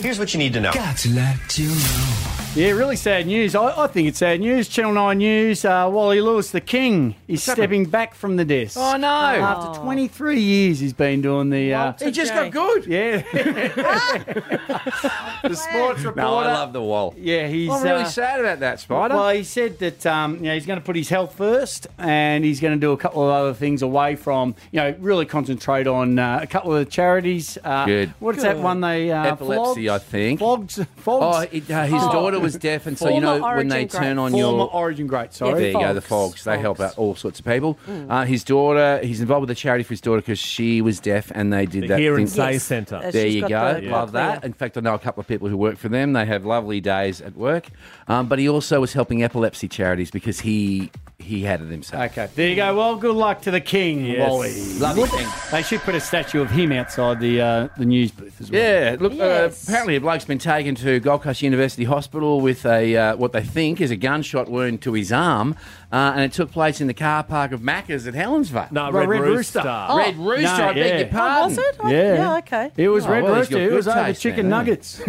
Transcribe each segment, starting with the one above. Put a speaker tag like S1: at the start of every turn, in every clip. S1: Here's what you need to know.
S2: Got to let you know.
S3: Yeah, really sad news. I, I think it's sad news. Channel 9 News, uh, Wally Lewis, the king, is stepping back from the desk.
S4: Oh, no.
S3: After 23 years, he's been doing the. Uh,
S4: He just got good.
S3: yeah,
S4: The sports reporter.
S2: No, I love the wall.
S3: yeah, he's.
S4: I'm really
S3: uh,
S4: sad about that, Spider.
S3: Well, he said that um, you know, he's going to put his health first, and he's going to do a couple of other things away from you know really concentrate on uh, a couple of charities. Uh,
S2: Good.
S3: What's that one they uh,
S2: Epilepsy,
S3: flogs?
S2: I think.
S3: Flogs,
S2: Oh,
S3: fogs.
S2: it, uh, his
S5: Oh.
S2: daughter was deaf, and so you know
S5: Former
S2: when they
S5: Origin great.
S2: turn on
S3: Former
S2: your
S3: Origin great.
S2: there
S3: Sorry.
S2: you go, the Fogs. They help
S5: Fogs.
S2: out all sorts of people.
S5: Mm.
S2: Uh, his daughter, he's involved with a charity for his daughter because she was deaf, and they did
S6: The
S2: that
S6: Hear
S2: thing.
S6: and Say
S5: Yes.
S6: Centre.
S5: That's-
S2: There
S5: She's
S2: you go.
S5: got the-
S2: Love
S5: the
S2: that.
S5: clear.
S2: In fact, I know a couple of people who work for them. They have lovely days at work. Um, but he also was helping epilepsy charities because he he had it himself.
S3: Okay, there you go. Well, good luck to the king, Wally.
S2: Love you, King.
S3: They should put a statue of him outside the uh, the news booth as well.
S2: Yeah, look.
S5: Yes.
S2: Uh, apparently, a bloke's been taken to Gold Coast University Hospital with a uh, what they think is a gunshot wound to his arm, uh, and it took place in the car park of Macca's at Helensville.
S6: No,
S3: Red
S6: Red,
S3: Rooster.
S6: Rooster.
S2: Red Rooster, I
S3: no, yeah.
S2: beg your
S5: Oh,
S2: pardon.
S5: was it? I-
S3: Yeah.
S5: Yeah, okay.
S3: It was
S2: Oh,
S3: Red
S2: well, he's
S3: Rooster.
S2: got
S3: It
S2: good
S3: was over
S2: taste
S3: chicken
S2: then, eh?
S3: nuggets.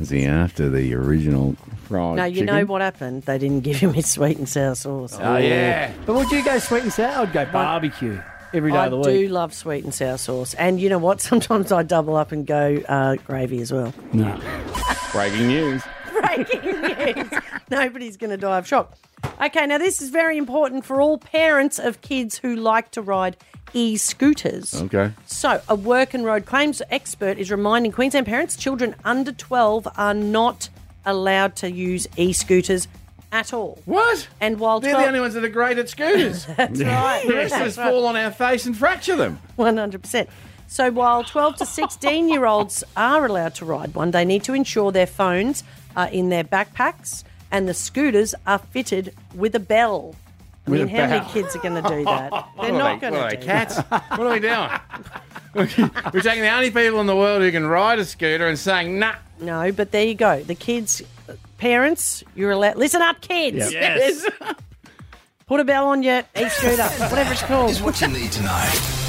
S2: Is he after the original fried
S5: No, you know what happened? They didn't give him his sweet and sour sauce.
S2: Oh yeah.
S3: but would you go sweet and sour? I'd go barbecue every day
S5: I
S3: of the
S5: do
S3: week.
S5: love sweet and sour sauce. And you know what? Sometimes I double up and go uh, gravy as well.
S2: Breaking news.
S5: Breaking news. Nobody's going to die of shock. Okay, now this is very important for all parents of kids who like to ride e scooters.
S2: Okay.
S5: So, a work and road claims expert is reminding Queensland parents children under 12 are not allowed to use e scooters at all.
S2: What?
S5: And while
S2: They're
S5: 12
S2: the only ones that are great at scooters.
S5: That's right.
S2: the rest of us
S5: That's right.
S2: fall on our face and fracture them.
S5: 100%. So while 12 to 16 year olds are allowed to ride one, they need to ensure their phones are in their backpacks and the scooters are fitted with a bell. I mean,
S3: a
S5: how
S3: bell.
S5: many kids are going to do that? They're
S2: What are
S5: not
S2: they-
S5: going
S2: what are
S5: to
S2: they,
S5: do that.
S2: cats? what are we doing? We're taking the only people in the world who can ride a scooter and saying, nah.
S5: No, but there you go. The kids, parents, you're allowed. Listen up, kids.
S2: Yes.
S5: Put a bell on your e scooter, whatever it's called.
S2: what you need to know.